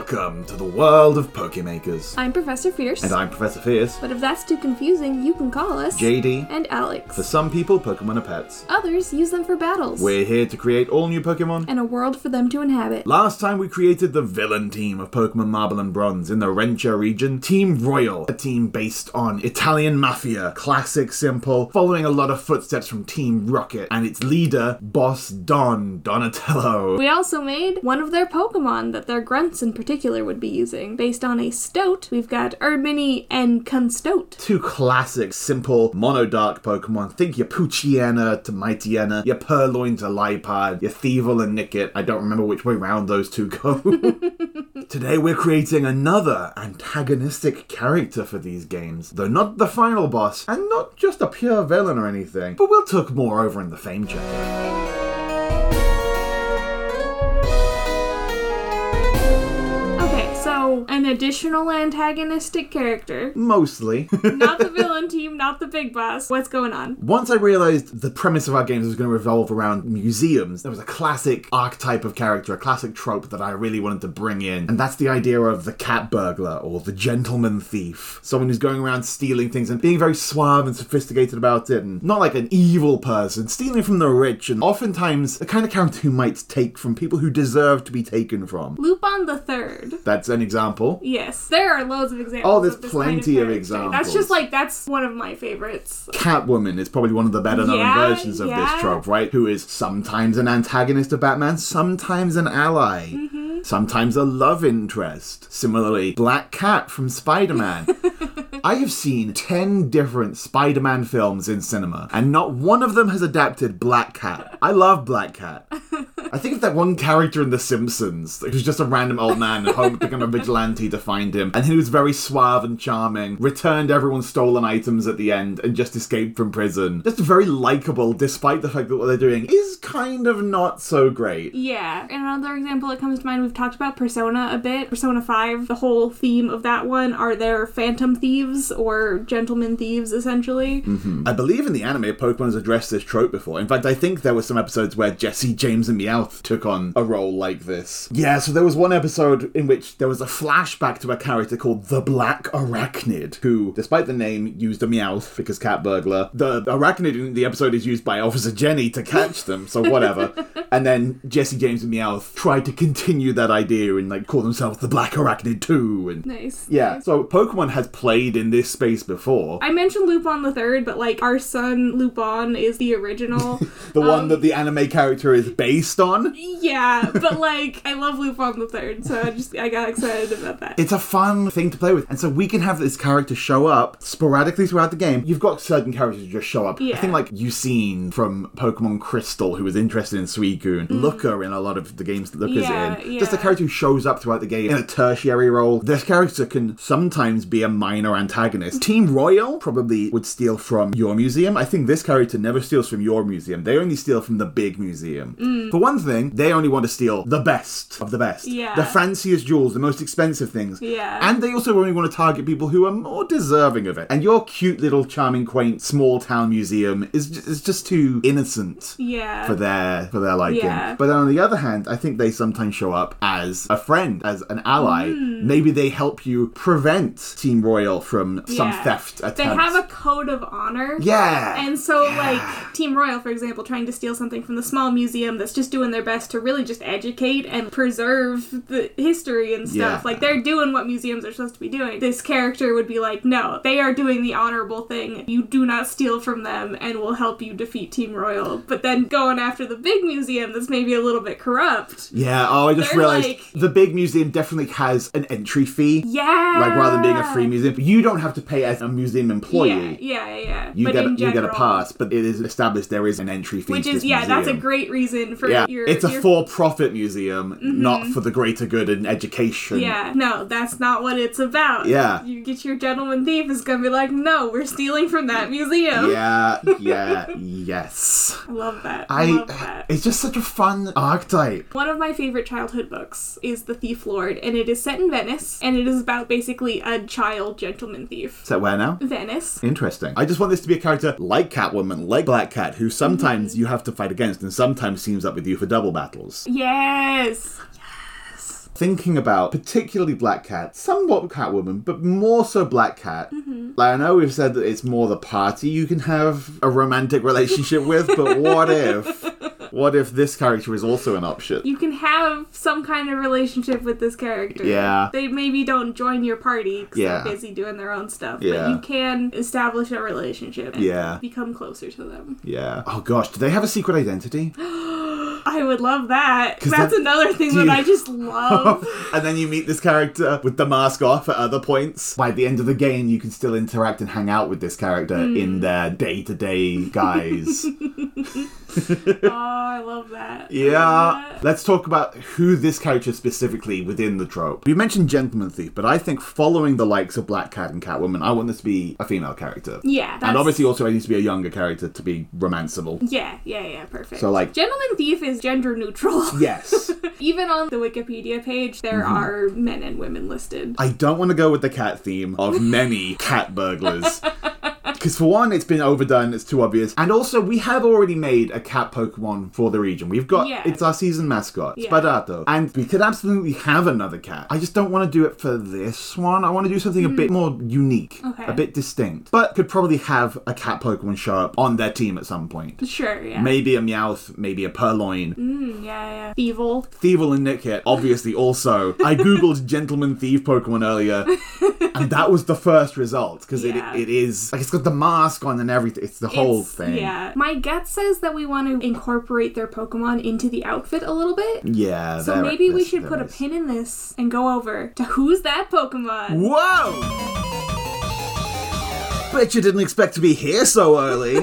the world of Pokemakers. I'm Professor Fierce. And I'm Professor Fierce, But if that's too confusing, you can call us JD. and Alex. For some people, Pokemon are pets. Others use them for battles We're here to create all new Pokemon. and a world for them to inhabit. Last time we created the villain team of Pokemon Marble and Bronze in the Rencha region, Team Royal, a team based on Italian Mafia, classic simple, following a lot of footsteps from Team Rocket and its leader, Boss Don Donatello. We also made one of their Pokemon that their grunts in particular would be using. Based on a stoat, we've got Ermini and Constote. Two classic, simple, monodark Pokemon. Think your Poochiana to Mightyena, your Purloin to Lipard, your Thievel and Nickit. I don't remember which way round those two go. Today we're creating another antagonistic character for these games, though not the final boss, and not just a pure villain or anything, but we'll talk more over in the fame chapter. Okay, so an additional antagonistic character. Mostly. Not the villain team, not the big boss. What's going on? Once I realized the premise of our games was going to revolve around museums, there was a classic archetype of character, a classic trope that I really wanted to bring in, and that's the idea of the cat burglar or the gentleman thief. Someone who's going around stealing things and being very suave and sophisticated about it, and not like an evil person, stealing from the rich, and oftentimes the kind of character who might take from people who deserve to be taken from. Lupin the Third. That's an example. Yes, there are loads of examples. Oh, there's of this plenty of kind of, character. That's examples. just like that's one of my favorites. Catwoman is probably one of the better known Yeah, versions of yeah. this trope, right? Who is sometimes an antagonist of Batman, sometimes an ally, Mm-hmm. sometimes a love interest. Similarly, Black Cat from Spider Man. I have seen 10 different Spider Man films in cinema, and not one of them has adapted Black Cat. I love Black Cat. I think of that one character in The Simpsons who's just a random old man and hoped to become a vigilante to find him, and he was very suave and charming, returned everyone's stolen items at the end, and just escaped from prison. Just very likable, despite the fact that what they're doing is kind of not so great. Yeah. And another example that comes to mind, we've talked about Persona a bit. Persona 5, the whole theme of that one are there phantom thieves or gentlemen thieves, essentially. I believe in the anime, Pokemon has addressed this trope before. In fact, I think there were some episodes where Jesse, James, and Meowth took on a role like this. Yeah, so there was one episode in which there was a flashback to a character called the Black Arachnid, who, despite the name, used a Meowth because cat burglar. The Arachnid in the episode is used by Officer Jenny to catch them, so whatever. and then Jesse, James, and Meowth tried to continue that idea and like call themselves the Black Arachnid too. And Nice. yeah, so Pokemon has played in this space before. I mentioned Lupin the Third, but like our son Lupin is the original. The one Um, that the anime character is based on. yeah, but like I love Lupin the Third, so I just I got excited about that. It's a fun thing to play with. And so we can have this character show up sporadically throughout the game. You've got certain characters who just show up. I Yeah. think like Eucene from Pokemon Crystal, who was interested in Suicune. Looker in a lot of the games that Looker's Mm. Yeah, in. Just a yeah. character who shows up throughout the game in a tertiary role. This character can sometimes be a minor antagonist. Team Royal probably would steal from your museum. I think this character never steals from your museum. They only steal from the big museum. Mm. For one thing, they only want to steal the best of the best. Yeah. The fanciest jewels, the most expensive things. Yeah. And they also only want to target people who are more deserving of it. And your cute little charming quaint small town museum is just, is just too innocent yeah. for their for their liking. Yeah. But then on the other hand, I think they sometimes show up as a friend, as an ally. Mm. Maybe they help you prevent Team Royal from some Yeah. theft attempt. they have a code of honor. yeah. And so, like, Team Royal, for example, trying to steal something from the small museum that's just doing their best to really just educate and preserve the history and Yeah. stuff. Like, they're doing what museums are supposed to be doing. This character would be like, no, they are doing the honorable thing. You do not steal from them and will help you defeat Team Royal. But then going after the big museum that's maybe a little bit corrupt. yeah. Oh, I just They're realized like- the big museum definitely has an entry fee. Yeah. Like rather than being a free museum, you don't have to pay as a museum employee. Yeah, yeah, yeah. You but get a, in you get a general, pass, but it is established there is an entry fee. Which to is, this yeah, that's a museum. great reason for Yeah, your. it's a your Mm-hmm. for-profit museum, not for the greater good in education. Yeah, no, that's not what it's about. Yeah. You get your gentleman thief is gonna be like, no, we're stealing from that museum. yeah, yeah, yes. I love that. I, love I. that. It's just such a fun archetype. One of my favorite childhood books is The Thief Lord, and it is set in Venice, and it is about basically a child gentleman thief. So where now? Venice. Interesting. I just want this to be a character like Catwoman, like Black Cat, who Mm-hmm. sometimes you have to fight against and sometimes teams up with you for double battles. Yes. thinking about particularly Black Cat, somewhat Catwoman, but more so Black Cat. Mm-hmm. Like I know we've said that it's more the party you can have a romantic relationship with, but what if? What if this character is also an option? You can have some kind of relationship with this character. Yeah. They maybe don't join your party because Yeah. they're busy doing their own stuff. Yeah. But you can establish a relationship and Yeah. become closer to them. Yeah. Oh gosh, do they have a secret identity? I would love that. 'Cause That's that- another thing do that you- I just love. and then you meet this character with the mask off at other points. By the end of the game, you can still interact and hang out with this character Hmm. in their day to day guise. oh, I love that. I love yeah. that. Let's talk about who this character specifically within the trope. You mentioned Gentleman Thief, but I think following the likes of Black Cat and Catwoman, I want this to be a female character. Yeah. That's, And obviously, also, it needs to be a younger character to be romanceable. Yeah, yeah, yeah, perfect. So, like- Gentleman Thief is gender neutral. Yes. Even on the Wikipedia page, there Mm-hmm. are men and women listed. I don't want to go with the cat theme of many cat burglars. Because for one, it's been overdone, it's too obvious. And also, we have already made a cat Pokemon for the region. We've got, Yeah. it's our season mascot, Yeah. Spadato. And we could absolutely have another cat. I just don't want to do it for this one. I want to do something a bit more unique, Hmm. Okay. a bit distinct. But could probably have a cat Pokemon show up on their team at some point. Sure, yeah. Maybe a Meowth, maybe a Purloin. Mm, yeah, yeah. Evil. Thievel and Nickit, obviously, also. I googled Gentleman Thief Pokemon earlier, and that was the first result because Yeah. it, it is like it's got the mask on and everything. It's the whole It's- thing. Yeah. My gut says that we want to incorporate their Pokemon into the outfit a little bit. Yeah, So there- maybe we there's- should there put a is. pin in this and go over to who's that Pokemon? Whoa! Bet you didn't expect to be here so early.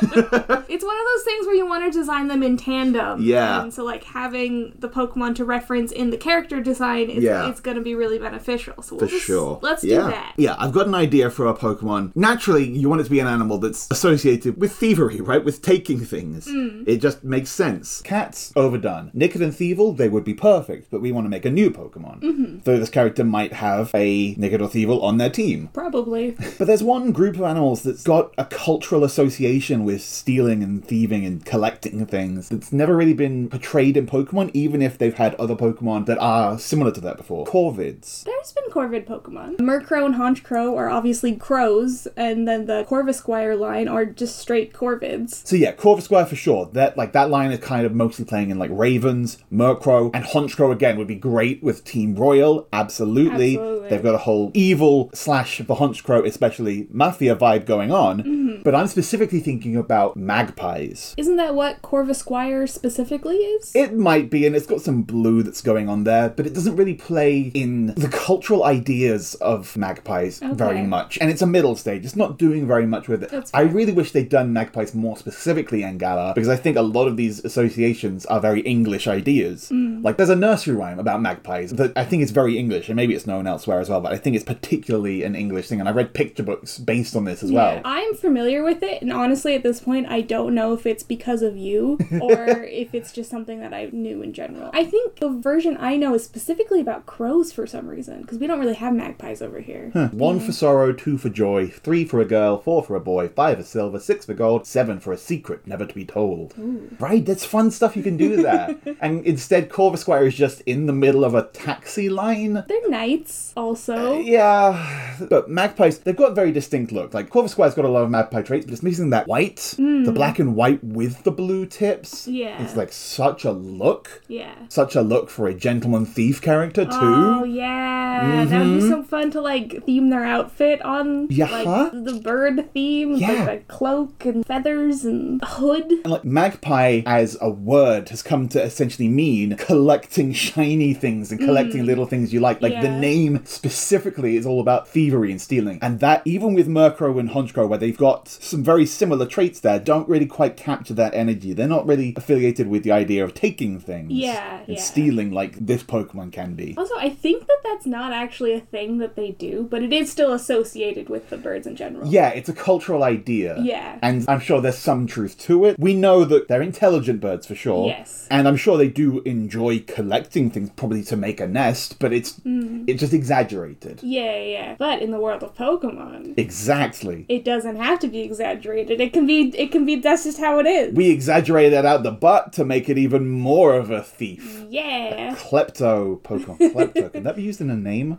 It's one of those things where you want to design them in tandem. Yeah. And so like having the Pokemon to reference in the character design is Yeah. it's gonna be really beneficial. So For we'll just- sure. Let's yeah. do that. Yeah, I've got an idea for a Pokemon. Naturally, you want it to be an animal that's associated with thievery, right? With taking things. Hmm. It just makes sense. Cats, overdone. Nickit and Thievel, they would be perfect, but we want to make a new Pokemon. Mm-hmm. Though this character might have a Nickit or Thievel on their team. Probably. But there's one group of animals that's got a cultural association with stealing and thieving and collecting things that's never really been portrayed in Pokemon, even if they've had other Pokemon that are similar to that before. Corvids. There's been Corvid Pokemon. Murkrow and Honchkrow are obviously crows, and then the Corvisquire line are just straight Corvids. So yeah, Corvus Square for sure. That like that line is kind of mostly playing in like Ravens, Murkrow, and Honchkrow again would be great with Team Royal. Absolutely. Absolutely. They've got a whole evil slash the Honchkrow, especially mafia vibe going on. But I'm specifically thinking about magpies. Isn't that what Corvisquire specifically is? It might be, and it's got some blue that's going on there, but it doesn't really play in the cultural ideas of magpies very Okay. much. And it's a middle stage. It's not doing very much with it. That's I fair. really wish they'd done magpies more specifically in Gala, because I think a lot of these associations are very English ideas. Hmm. Like, there's a nursery rhyme about magpies that I think is very English, and maybe it's known elsewhere as well, but I think it's particularly an English thing. And I read picture books based on this as well. I'm familiar with it, and honestly, at this point, I don't know if it's because of you or if it's just something that I knew in general. I think the version I know is specifically about crows for some reason, because we don't really have magpies over here. One for sorrow, two for joy, three for a girl, four for a boy, five for silver, six for gold, seven for a secret never to be told. Right, that's fun stuff you can do there. and instead, Corvus Square is just in the middle of a taxi line. They're knights, also. Uh, Yeah, but magpies, they've got a very distinct look. Like, Corvus Squire's got a lot of magpie traits, but it's missing that white, the black and white with the blue tips. Hmm. Yeah. It's like such a look. Yeah. Such a look for a gentleman thief character, too. Oh yeah, that would be so fun to like theme their outfit on Mm-hmm. Yeah, like huh? the bird theme, with, Yeah. like a cloak and feathers and a hood. And like magpie as a word has come to essentially mean collecting shiny things and collecting little things you like. Like the Mm. Yeah. name specifically is all about thievery and stealing. And that, even with Murkrow and Honchkrow, where they've got some very similar traits there, don't really quite capture that energy. They're not really affiliated with the idea of taking things Yeah, and yeah. stealing like this Pokemon can be. Also, I think that that's not actually a thing that they do, but it is still associated with the birds in general. Yeah, it's a cultural idea. Yeah. And I'm sure there's some truth to it. We know that they're intelligent birds for sure. Yes. And I'm sure they do enjoy collecting things probably to make a nest, but it's Mm. it's just exaggerated. yeah, yeah. But in the world of Pokemon, Exactly. it doesn't have to be be exaggerated. It can be it can be that's just how it is. We exaggerate that out the butt to make it even more of a Mm. thief. yeah. Klepto Pokemon. Klepto. Can that be used in a name?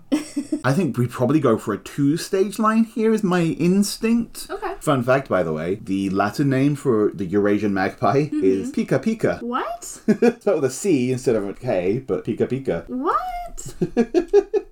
I think we probably go for a two stage line here, is my instinct. Okay. Fun fact, by the way, the Latin name for the Eurasian magpie Mm-hmm. is Pika Pika. What? so with a C instead of a K, but Pika Pika. What?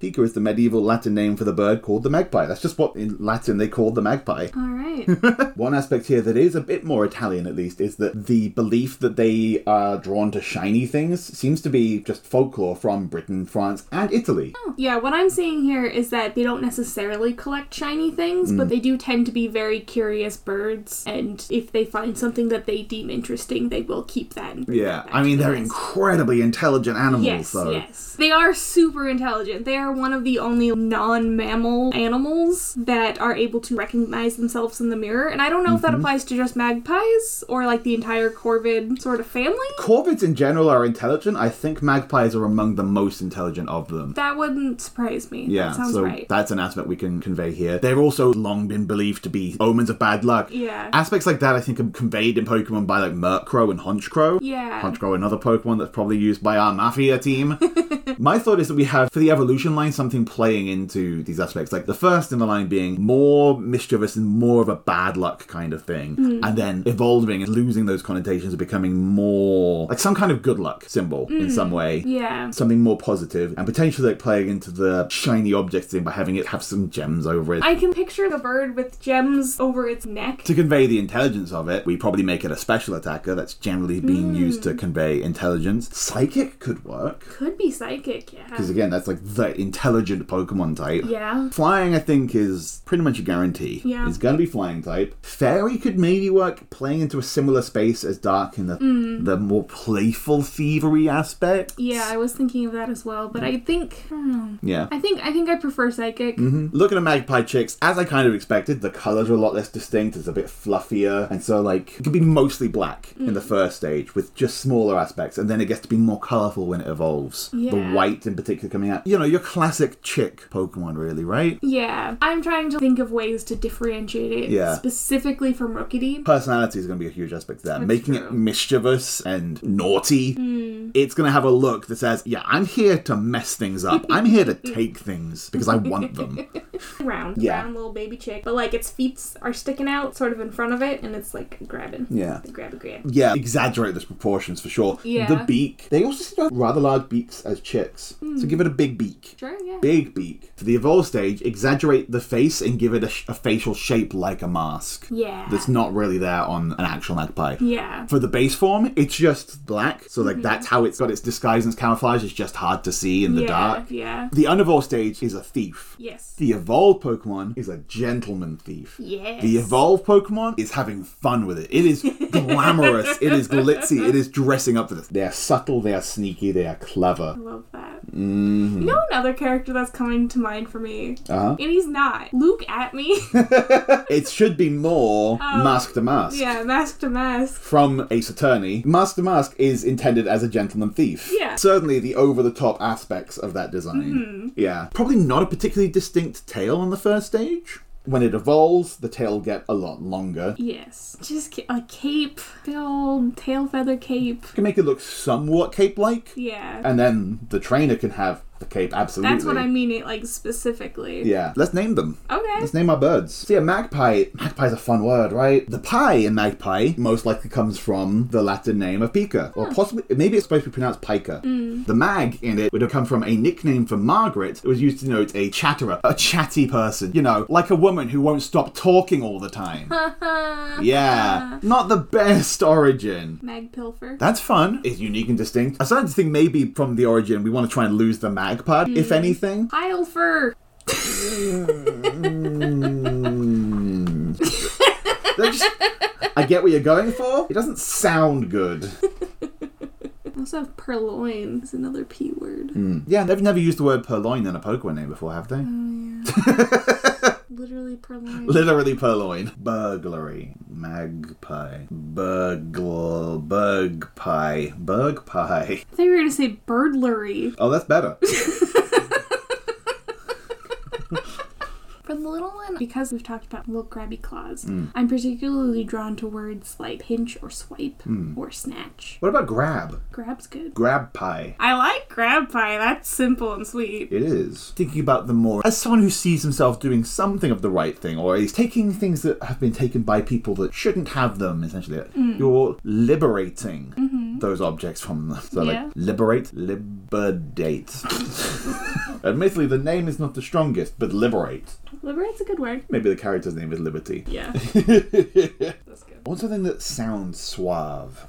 Pika is the medieval Latin name for the bird called the magpie. That's just what in Latin they called the magpie. All right. One aspect here that is a bit more Italian, at least, is that the belief that they are drawn to shiny things seems to be just folklore from Britain, France, and Italy. Yeah, what I'm seeing here is that they don't necessarily collect shiny things, Mm. but they do tend to be very curious birds, and if they find something that they deem interesting, they will keep that. and bring Yeah, that back I mean, to they're us. incredibly intelligent animals, Yes, though. yes. They are super intelligent. They are one of the only non mammal animals that are able to recognize themselves in the mirror. And I don't know if that Mm-hmm. applies to just magpies or like the entire corvid sort of family. Corvids in general are intelligent. I think magpies are among the most intelligent of them. That wouldn't surprise me. Yeah, That sounds so right. that's an aspect we can convey here. They've also long been believed to be omens of bad luck. Yeah. Aspects like that, I think, are conveyed in Pokemon by like Murkrow and Honchkrow. Yeah. Honchkrow, another Pokemon that's probably used by our Mafia team. My thought is that we have, for the evolution line, something playing into these aspects. Like the first in the line being more mischievous and more of a bad luck kind of thing. Mm. And then evolving and losing those connotations and becoming more like some kind of good luck symbol in Mm. some way yeah. something more positive and potentially like playing into the shiny object thing by having it have some gems over it. I can picture the bird with gems over its neck. to convey the intelligence of it, we probably make it a special attacker that's generally being Hmm. used to convey intelligence. Psychic could work. Could be psychic, yeah. Because again, that's like the intelligent Pokemon type. Yeah. Flying, I think, is pretty much a guarantee. Yeah. It's going to be flying type. Fairy could maybe work playing into a similar space as Dark in the, the more playful thievery aspect. Hmm. Yeah, I was thinking of that as well, but I think I don't know. Yeah. I think I think I prefer psychic. Looking at magpie chicks, as I kind of expected, the colours are a lot less distinct. It's a bit fluffier, and so like it can be mostly black in Mm. the first stage with just smaller aspects, and then it gets to be more colourful when it evolves. The Yeah. white in particular coming out. You know, your classic chick Pokemon, really, right? Yeah, I'm trying to think of ways to differentiate it Yeah. specifically from Rookidine. Personality is going to be a huge aspect there, That's making it true. Mm. mischievous and naughty. It's going to have a look that says, "Yeah, I'm here to mess things up. I'm here to take things because I want them." Round, Yeah. round little baby chick, but like its feet are sticking out sort of in front of it, and it's like grabbing. Yeah. Grab a grab. yeah, exaggerate those proportions for sure. Yeah. The beak. They also seem to have rather large beaks as chicks. Hmm. So give it a big beak. Sure, yeah. Big beak. For the evolve stage, exaggerate the face and give it a, sh- a facial shape like a mask. Yeah. That's not really there on an actual magpie. yeah. Mm-hmm. For the base form, it's just black. So, like, that's how it's got its disguise and its camouflage. It's just hard to see in the yeah. dark. Yeah. The unevolved stage is a thief. Yes. The evolved Pokemon is a gentleman thief. Yes. The evolved Pokemon is having fun with it. It is glamorous. it is glitzy. It is dressing up for this. They are subtle. They are sneaky. They are clever. I love that. Mm-hmm. You know another character that's coming to mind for me? Uh-huh. And he's not. Luke at me. It should be more mask to mask. Oh, yeah, mask to mask. From Ace Attorney, Mask to Mask is intended as a gentleman thief. Yeah. Certainly the over the top aspects of that design. Mm-hmm. Yeah. Probably not a particularly distinct tail on the first stage. When it evolves, the tail will get a lot longer. Yes. Just ca- a cape. Big old tail feather cape. You can make it look somewhat cape like. Yeah. And then the trainer can have the cape, absolutely. That's what I mean, it, like, specifically. Yeah. Let's name them. Okay. Let's name our birds. See, a magpie. Magpie's a fun word, right? The pie in magpie most likely comes from the Latin name of pica, or possibly maybe it's supposed to be pronounced pica. The mag in it would have come from a nickname for Margaret. It was used to denote a chatterer, a chatty person. You know, like a woman who won't stop talking all the time. yeah, not the best origin. Mag Pilfer. That's fun. It's unique and distinct. I started to think maybe from the origin we want to try and lose the mag part, if anything. Pile fur. That just- I get what you're going for. It doesn't sound good. I also have purloin. Is another P word. Yeah, they've never used the word purloin in a Pokemon name before, have they? Literally purloin. Literally purloin. Burglary. Magpie. Burgle. Burgpie. Burgpie. I thought you were going to say birdlery. Oh, that's better. From the little one, because we've talked about little grabby claws, Mm. I'm particularly drawn to words like pinch or swipe Mm. or snatch. What about grab? Grab's good. Grab pie. I like grab pie. That's simple and sweet. It is. Thinking about them more as someone who sees himself doing something of the right thing, or is taking things that have been taken by people that shouldn't have them, essentially. Mm. You're liberating those objects from them. So, Mm-hmm. Yeah. like, liberate, liberate. Admittedly, the name is not the strongest, but liberate. Liberate's a good word. Maybe the character's name is Liberty. Yeah. That's good. What's something that sounds suave?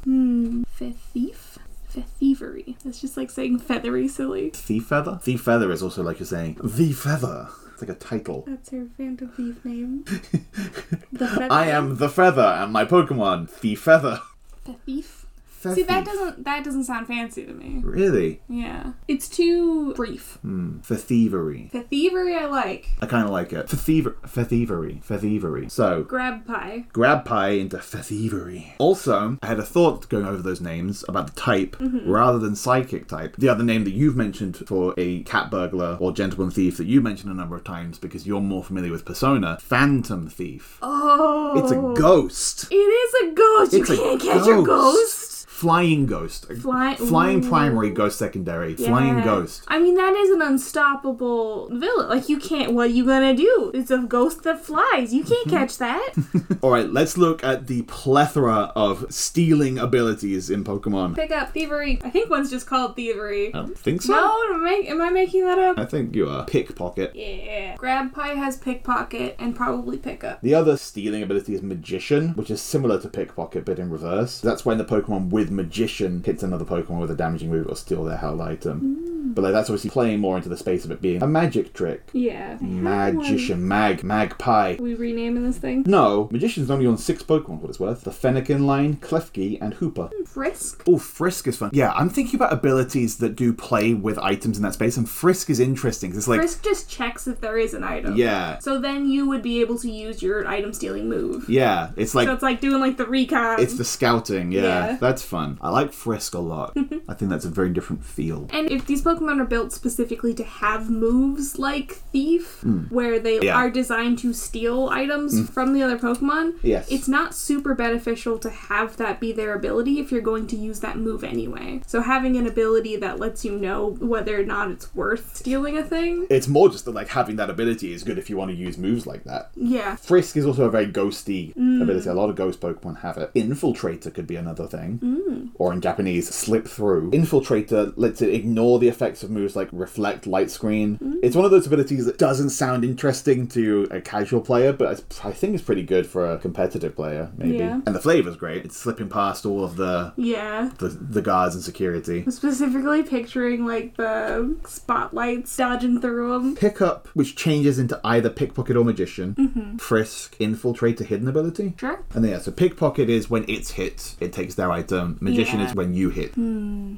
Fifth thief? Fifth thievery. Hmm, That's just like saying feathery silly. Thief Feather? Thief Feather is also like you're saying, The Feather. It's like a title. That's her phantom thief name. the feather. I am the feather, and my Pokemon, the feather. the thief. See that doesn't that doesn't sound fancy to me. really Yeah, it's too brief. Hmm. for thievery. The thievery I like. I kind of like it for thiever for thievery for thievery. So Grab pie. grab pie into for thievery. Also, I had a thought going over those names about the type Mm-hmm. rather than psychic type. The other name that you've mentioned for a cat burglar or gentleman thief that you mentioned a number of times because you're more familiar with persona, phantom thief. Oh, It's a ghost. It is a ghost. It's you a can't catch a ghost. Flying ghost. Fly- flying Ooh. primary, ghost secondary. Flying Yeah. ghost. I mean, that is an unstoppable villain. Like, you can't. What are you gonna do? It's a ghost that flies. You can't catch that. All right, let's look at the plethora of stealing abilities in Pokemon. Pick up thievery. I think one's just called thievery. I don't think so. No, am I, am I making that up? I think you are pickpocket. Yeah. Grab pie has pickpocket and probably pickup. The other stealing ability is Magician, which is similar to Pickpocket but in reverse. That's when the Pokemon with Magician hits another Pokemon with a damaging move or steal their held item. But like that's obviously playing more into the space of it being a magic trick. Yeah. Mm. Magician, mag, magpie. we renaming this thing? No, Magician's only on six Pokemon, what it's worth. The Fennekin line, Klefki, and Hooper. Frisk. Oh, Frisk is fun. Yeah, I'm thinking about abilities that do play with items in that space, and Frisk is interesting 'cause it's like, Frisk just checks if there is an item. yeah, So then you would be able to use your item stealing move. yeah, it's like. So it's like doing like the recon. it's the scouting, yeah, Yeah. That's fun. I like Frisk a lot. I think that's a very different feel. and if these Pokemon are built specifically to have moves like Thief, where they Hmm. Yeah. Hmm. are designed to steal items from the other Pokemon, Yes. it's not super beneficial to have that be their ability if you're going to use that move anyway. So having an ability that lets you know whether or not it's worth stealing a thing, It's more just that like having that ability is good if you want to use moves like that. yeah, Frisk is also a very ghosty ability. A lot of ghost Pokemon have it. Infiltrator could be another thing. Or in Japanese, slip through. Infiltrator lets it ignore the effects of moves like reflect, light screen. It's one of those abilities that doesn't sound interesting to a casual player, but it's- I think it's pretty good for a competitive player, maybe. Yeah. And the flavor's great. It's slipping past all of the. yeah. The, the guards and security. I'm specifically picturing like the spotlights dodging through them. Pickup, which changes into either pickpocket or magician. Frisk, infiltrator, hidden ability. Sure. And then, yeah, so pickpocket is when it's hit, it takes their item. Magician Yeah. is when you hit.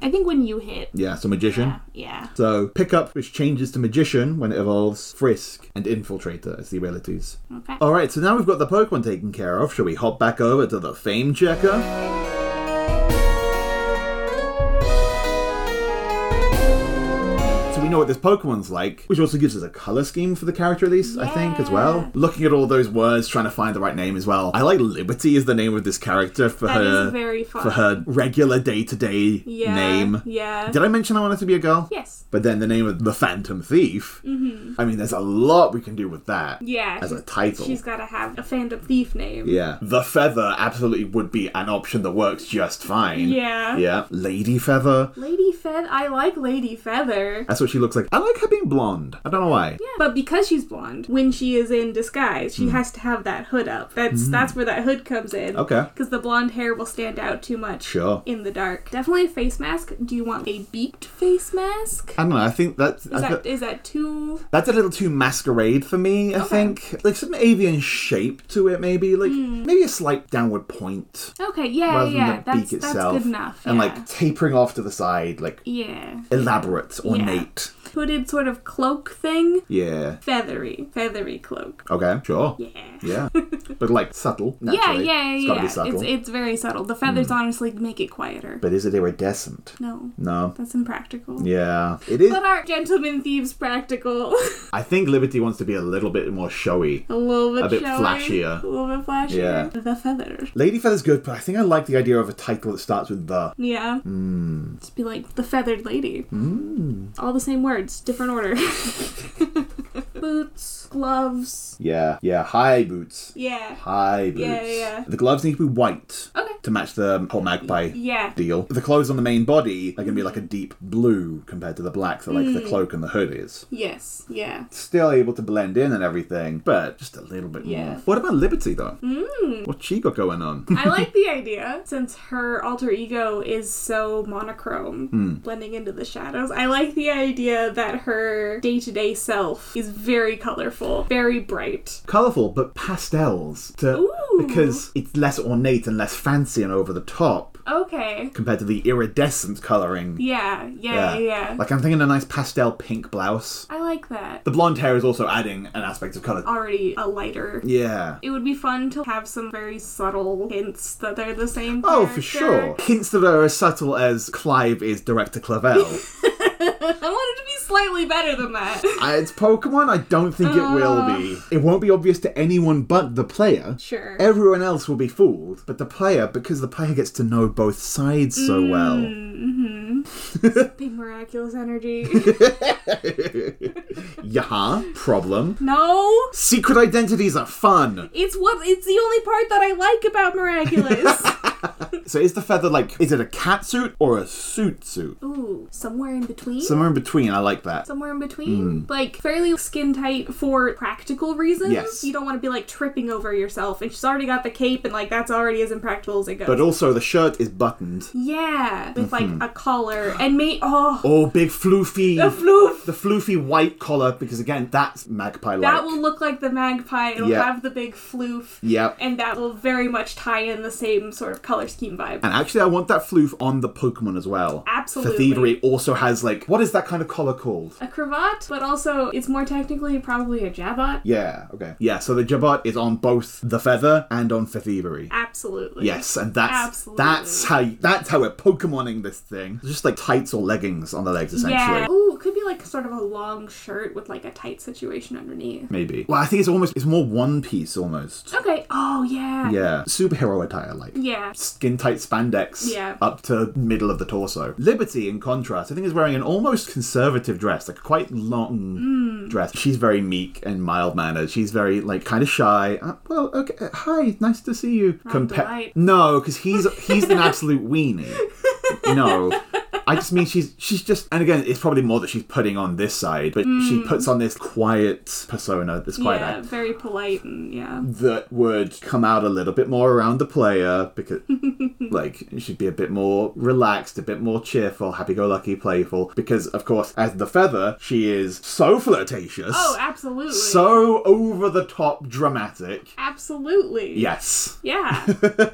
I think when you hit. Yeah, so magician. Yeah. Yeah. So pickup, which changes to magician when it evolves, frisk, and infiltrator as the abilities. Okay. All right, so now we've got the Pokemon taken care of. Shall we hop back over to the Fame Checker? So we know what this Pokemon's like, which also gives us a color scheme for the character at least, I think, as well. Looking at all those words, trying to find the right name as well. I like Liberty is the name of this character for That her is very fun. for her regular day to day yeah. name. Yeah. Did I mention I wanted to be a girl? yes. But then the name of the Phantom Thief. I mean, there's a lot we can do with that. Mm-hmm. Yeah. As a she's- title. She's got to have a phantom thief name. Yeah. The Feather absolutely would be an option that works just fine. Yeah. Yeah. Lady Feather. Lady Feather. I like Lady Feather. That's what she looks like. I like her being blonde. I don't know why. Yeah. But because she's blonde, when she is in disguise, she has to have that hood up. That's that's where that hood comes in. Hmm. Okay. Because the blonde hair will stand out too much Sure. in the dark. Definitely a face mask. Do you want a beaked face mask? I don't know. I think that's I Is th- that is that too? that's a little too masquerade for me. I think like some avian shape to it, maybe like maybe a slight downward point Okay, Hmm. yeah, rather yeah, than the that's beak itself, that's good enough. and yeah. like tapering off to the side, like yeah, elaborate, ornate. hooded sort of cloak thing. Yeah. Feathery, feathery cloak. Okay. Sure. Yeah. Yeah. but like subtle. Yeah, Naturally. yeah, It's yeah. gotta be subtle. Hmm. It's it's very subtle. The feathers honestly make it quieter. but is it iridescent? no, No. that's impractical. Yeah. It is. But are gentlemen thieves practical? I think Liberty wants to be a little bit more showy. a little bit, A bit showy, flashier. A little bit flashier. Yeah. The feathers. Lady Feather's good, but I think I like the idea of a title that starts with the. Yeah. Hmm. Just be like the feathered lady. All the same words, different order. Boots, gloves. Yeah. Yeah. High boots. Yeah. High boots. Yeah, yeah. The gloves need to be white Okay. to match the whole magpie Yeah. deal. The clothes on the main body are going to be like a deep blue compared to the black that like Mm. the cloak and the hood is. Yes. Yeah. Still able to blend in and everything, but just a little bit Yeah. more. What about Liberty though? Hmm. What she got going on? I like the idea since her alter ego is so monochrome, Hmm. blending into the shadows. I like the idea that her day to day self is very colorful, very bright. Colorful, but pastels to Ooh. because it's less ornate and less fancy and over the top Okay. compared to the iridescent coloring. Yeah. Yeah. Yeah. yeah. Like I'm thinking a nice pastel pink blouse. I like that. The blonde hair is also adding an aspect of color. Already a lighter Yeah. It would be fun to have some very subtle hints that they're the same. Oh, for sure. character. Hints that are as subtle as Clive is director Clavel. I want it to be slightly better than that. Uh, it's Pokemon. I don't think it will be. It won't be obvious to anyone but the player. Uh. Sure. Everyone else will be fooled, but the player, because the player gets to know both sides so Mm. Big miraculous energy. well. Yaha, problem. no, Secret identities are fun. it's what it's the only part that I like about miraculous. So is the feather like, is it a cat suit or a suit suit? Ooh, somewhere in between. Somewhere in between, I like that. Somewhere in Hmm. between, like fairly skin tight for practical reasons. Yes. You don't want to be like tripping over yourself, and she's already got the cape, and like that's already as impractical as it goes. But uh, also the shirt is buttoned. yeah, with like a collar and may oh Oh, big floofy. the floof. the floofy white collar because again that's magpie like That will look like the magpie. It'll Yeah. have the big floof. Yep. And that will very much tie in the same sort of color scheme vibe. and actually i want that floof on the pokemon as well Absolutely. Thievery also has like what is that kind of collar called A cravat, but also it's more technically probably a jabot. yeah okay yeah so the jabot is on both the feather and on Thievery. Absolutely. yes and that's Absolutely. that's how you, that's how we're pokemoning this thing just like tights or leggings on the legs essentially Yeah. Ooh, it could be like sort of a long shirt with like a tight situation underneath. maybe well i think it's almost it's more one piece almost Okay. Oh yeah. yeah superhero attire like Yeah. skin tight spandex Yeah. up to middle of the torso. Liberty, in contrast, I think is wearing an almost conservative dress, like a quite long Hmm. dress. She's very meek and mild mannered. She's very like kind of shy. Uh, well, okay, uh, hi, nice to see you. delight. no, because he's he's an absolute weenie. No. I just mean she's she's just and again it's probably more that she's putting on this side, but she puts on this quiet persona, this quiet Hmm. yeah. act Very polite and yeah. that would come out a little bit more around the player because like she'd be a bit more relaxed a bit more cheerful happy-go-lucky playful because of course as the feather she is so flirtatious Oh, absolutely. so over the top dramatic Absolutely. yes Yeah.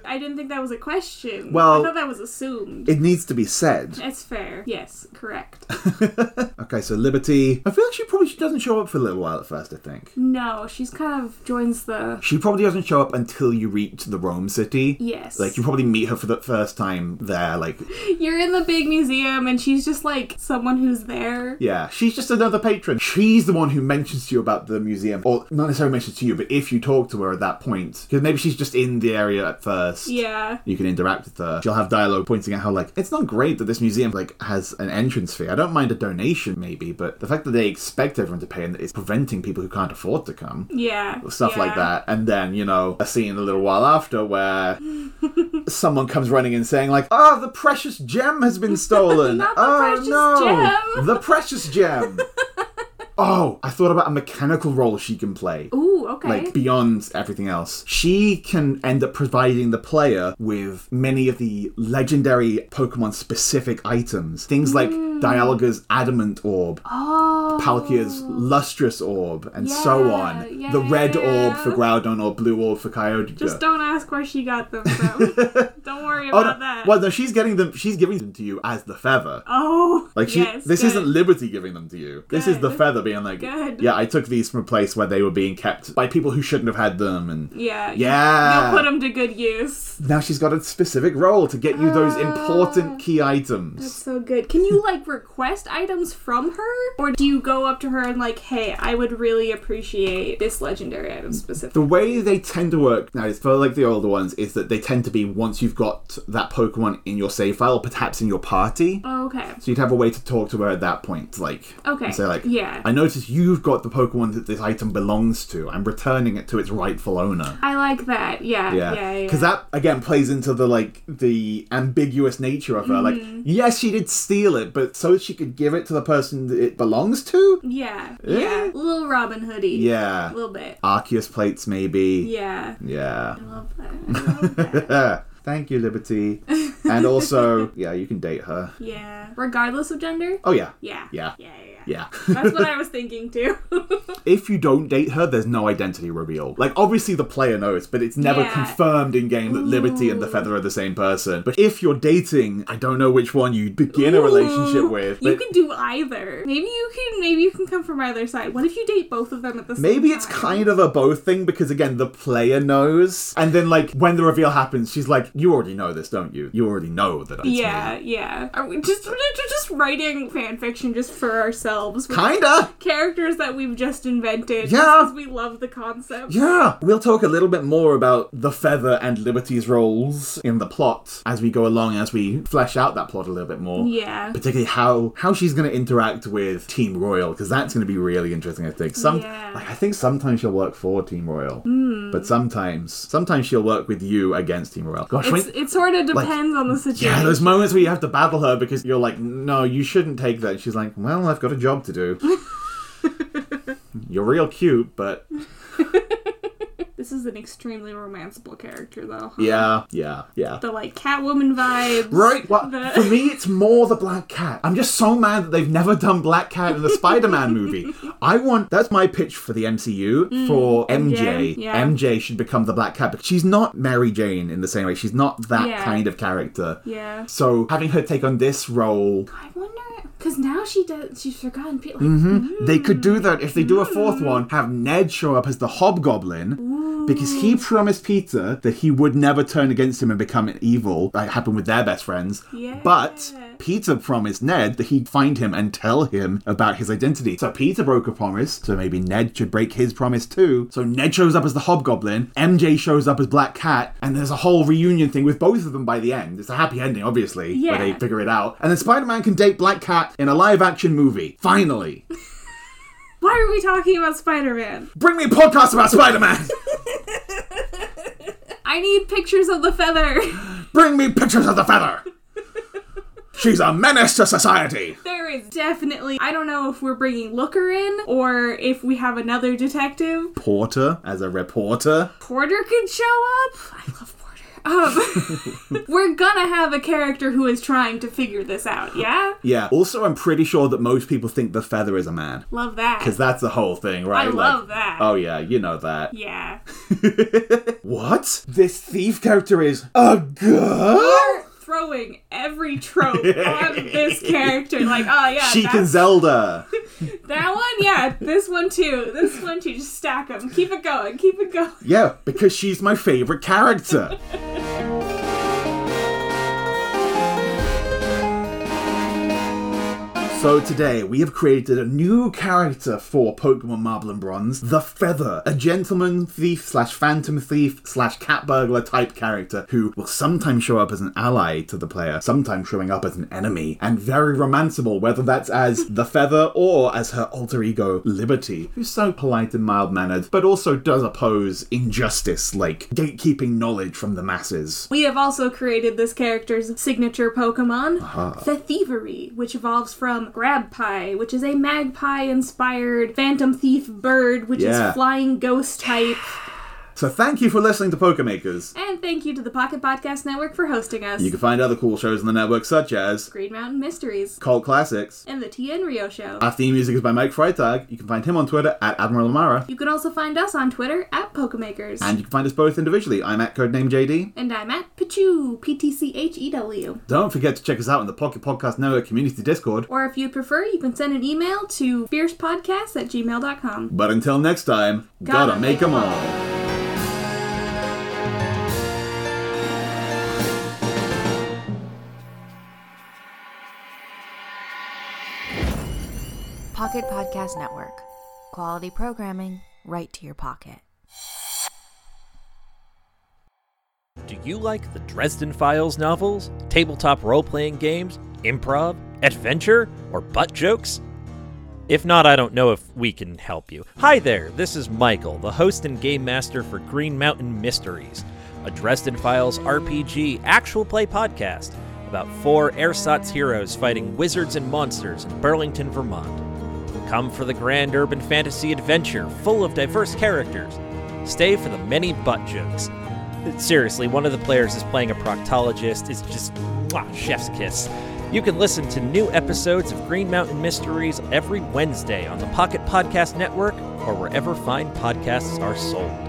I didn't think that was a question. Well- I thought that was assumed. it needs to be said That's fair. Yes, correct. okay so liberty i feel like she probably doesn't show up for a little while at first i think No, she's kind of joins the she probably doesn't show up until you reach the rome city yes. like you probably meet her for the first time there like you're in the big museum and she's just like someone who's there. Yeah, she's just another patron. She's the one who mentions to you about the museum, or not necessarily mentions to you, but if you talk to her at that point, because maybe she's just in the area at first. Yeah. You can interact with her. She'll have dialogue pointing out how like it's not great that this museum like has an entrance fee. I don't mind a donation maybe, but the fact that they expect everyone to pay and it's preventing people who can't afford to come Yeah. stuff like yeah. that. And then, you know, a scene a little while after where someone comes running in saying, like, oh, the precious gem has been stolen. Not the oh, precious no. gem." The precious gem. oh, I thought about a mechanical role she can play. Ooh, okay. Like beyond everything else, she can end up providing the player with many of the legendary Pokemon specific items. Things like Hmm. Dialga's Adamant Orb, oh. Palkia's lustrous orb, and so Yeah, on. yeah, the yeah, red yeah, orb yeah. for Groudon or blue orb for Kyogre. Just don't ask where she got them from. don't worry worry Oh, about no. that. Well, no, she's getting them. She's giving them to you as the feather. Oh, Like she, yes, this good. isn't Liberty giving them to you. This is the Good. feather being like, Good. yeah, I took these from a place where they were being kept by people who shouldn't have had them, and Yeah. you- Yeah. You'll put them to good use. now she's got a specific role to get you those Ah. important key items. That's so good. Can you like request items from her, or do you go up to her and like, hey, I would really appreciate this legendary item specifically? The way they tend to work now is for like the older ones is that they tend to be once you've got that Pokemon in your save file, perhaps in your party. Oh, Okay. So you'd have a way to talk to her at that point, like Okay. and say like, yeah. I notice you've got the Pokemon that this item belongs to. I'm returning it to its rightful owner. I like that. Yeah. Yeah. Yeah, Yeah. because that again plays into the like the ambiguous nature of her. Mm-hmm. Like, yes, she did steal it, but so she could give it to the person that it belongs to. Yeah. Eh? Yeah. Little Robin Hoodie. A Yeah, little bit. Arceus plates maybe. Yeah. Yeah. I love that. I love that. Thank you, Liberty. And also, yeah, you can date her. yeah. Regardless of gender. Oh yeah, Yeah. Yeah. Yeah. Yeah. yeah. yeah. That's what I was thinking too. if you don't date her, there's no identity reveal. Like, obviously, the player knows, but it's never Yeah. confirmed in game that Liberty and the Ooh. Feather are the same person. But if you're dating, I don't know which one you begin a relationship Ooh, with. You But can do either. Maybe you can. Maybe you can come from either side. What if you date both of them at the same time? maybe it's kind of a both thing because, again, the player knows. And then, like, when the reveal happens, she's like, You already know this, don't you? You already know that it's me." Yeah, yeah. Are we just we're just- just writing fan fiction just for ourselves with Kinda! characters that we've just invented? Yeah. because we love the concept. Yeah, we'll talk a little bit more about the Feather and Liberty's roles in the plot as we go along, as we flesh out that plot a little bit more. Yeah. particularly how how she's going to interact with Team Royal because that's going to be really interesting. I think some Yeah. Hmm. like, I think sometimes she'll work for Team Royal, but sometimes sometimes she'll work with you against Team Royal. Gosh, It's, when- it sort of depends on the situation. yeah, there's moments where you have to battle her because you're like, no, you shouldn't take that. And she's like, well, I've got a job to do. you're real cute, but This is an extremely romanceable character, though. yeah, yeah, yeah. The like Catwoman vibes. Right, well, The- for me, it's more the Black Cat. I'm just so mad that they've never done Black Cat in the Spider-Man movie. I want that's my pitch for the MCU for MJ. MJ, Mm, yeah. MJ should become the Black Cat because she's not Mary Jane in the same way. She's not that Yeah. kind of character. Yeah. So having her take on this role, I wonder, because now she does. She's forgotten people. Mm-hmm. they could do that if they do a fourth one. Have Ned show up as the Hobgoblin. Because he promised Peter that he would never turn against him and become evil, like happened with their best friends. Yeah. But Peter promised Ned that he'd find him and tell him about his identity. So Peter broke a promise, so maybe Ned should break his promise too. So Ned shows up as the Hobgoblin, MJ shows up as Black Cat, and there's a whole reunion thing with both of them by the end. It's a happy ending, obviously, Yeah. where they figure it out. And then Spider Man can date Black Cat in a live action movie. Finally. Why are we talking about Spider Man? Bring me a podcast about Spider Man! I need pictures of the feather. Bring me pictures of the feather! She's a menace to society! there is definitely. I don't know if we're bringing Looker in or if we have another detective. Porter as a reporter. Porter could show up. I love Porter. Um, we're gonna have a character who is trying to figure this out. Yeah, Yeah. Also, I'm pretty sure that most people think the feather is a man. love that. Because that's the whole thing, I right? love that. Oh, yeah, you know that. Yeah. What? This thief character is a We're girl? throwing every trope on this character. Like, oh yeah, She can that's- Zelda. that one, yeah, this one too, this one too. Just stack them. Keep it going. Keep it going. yeah, because she's my favorite character. So today we have created a new character for Pokemon Marble and Bronze, the Feather, a gentleman thief slash phantom thief slash cat burglar type character who will sometimes show up as an ally to the player, sometimes showing up as an enemy, and very romanceable, whether that's as the Feather or as her alter ego Liberty, who's so polite and mild mannered, but also does oppose injustice like gatekeeping knowledge from the masses. We have also created this character's signature Pokemon, Uh-huh. Thievery, which evolves from Grabpie, which is a magpie inspired phantom thief bird, which Yeah. is flying ghost type. So thank you for listening to Pokemakers. And thank you to the Pocket Podcast Network for hosting us. You can find other cool shows on the network such as Green Mountain Mysteries Cult Classics. and the TN Rio Show. Our theme music is by Mike Freitag. You can find him on Twitter at Admiral Amara. you can also find us on Twitter at Pokemakers. And you can find us both individually. I'm at Codename JD. And I'm at Pichu, P T C H E W. Don't forget to check us out on the Pocket Podcast Network Community Discord. Or if you'd prefer, you can send an email to fiercepodcast at gmail.com. But until next time, gotta, 'em make 'em all. Pocket Podcast Network. Quality programming right to your pocket. Do you like the Dresden Files novels, tabletop role playing games, improv, adventure, or butt jokes? If not, I don't know if we can help you. Hi there, this is Michael, the host and game master for Green Mountain Mysteries, a Dresden Files RPG actual play podcast about four ersatz heroes fighting wizards and monsters in Burlington, Vermont. Come for the grand urban fantasy adventure full of diverse characters. Stay for the many butt jokes. Seriously, one of the players is playing a proctologist. It's just mwah, chef's kiss. You can listen to new episodes of Green Mountain Mysteries every Wednesday on the Pocket Podcast Network or wherever fine podcasts are sold.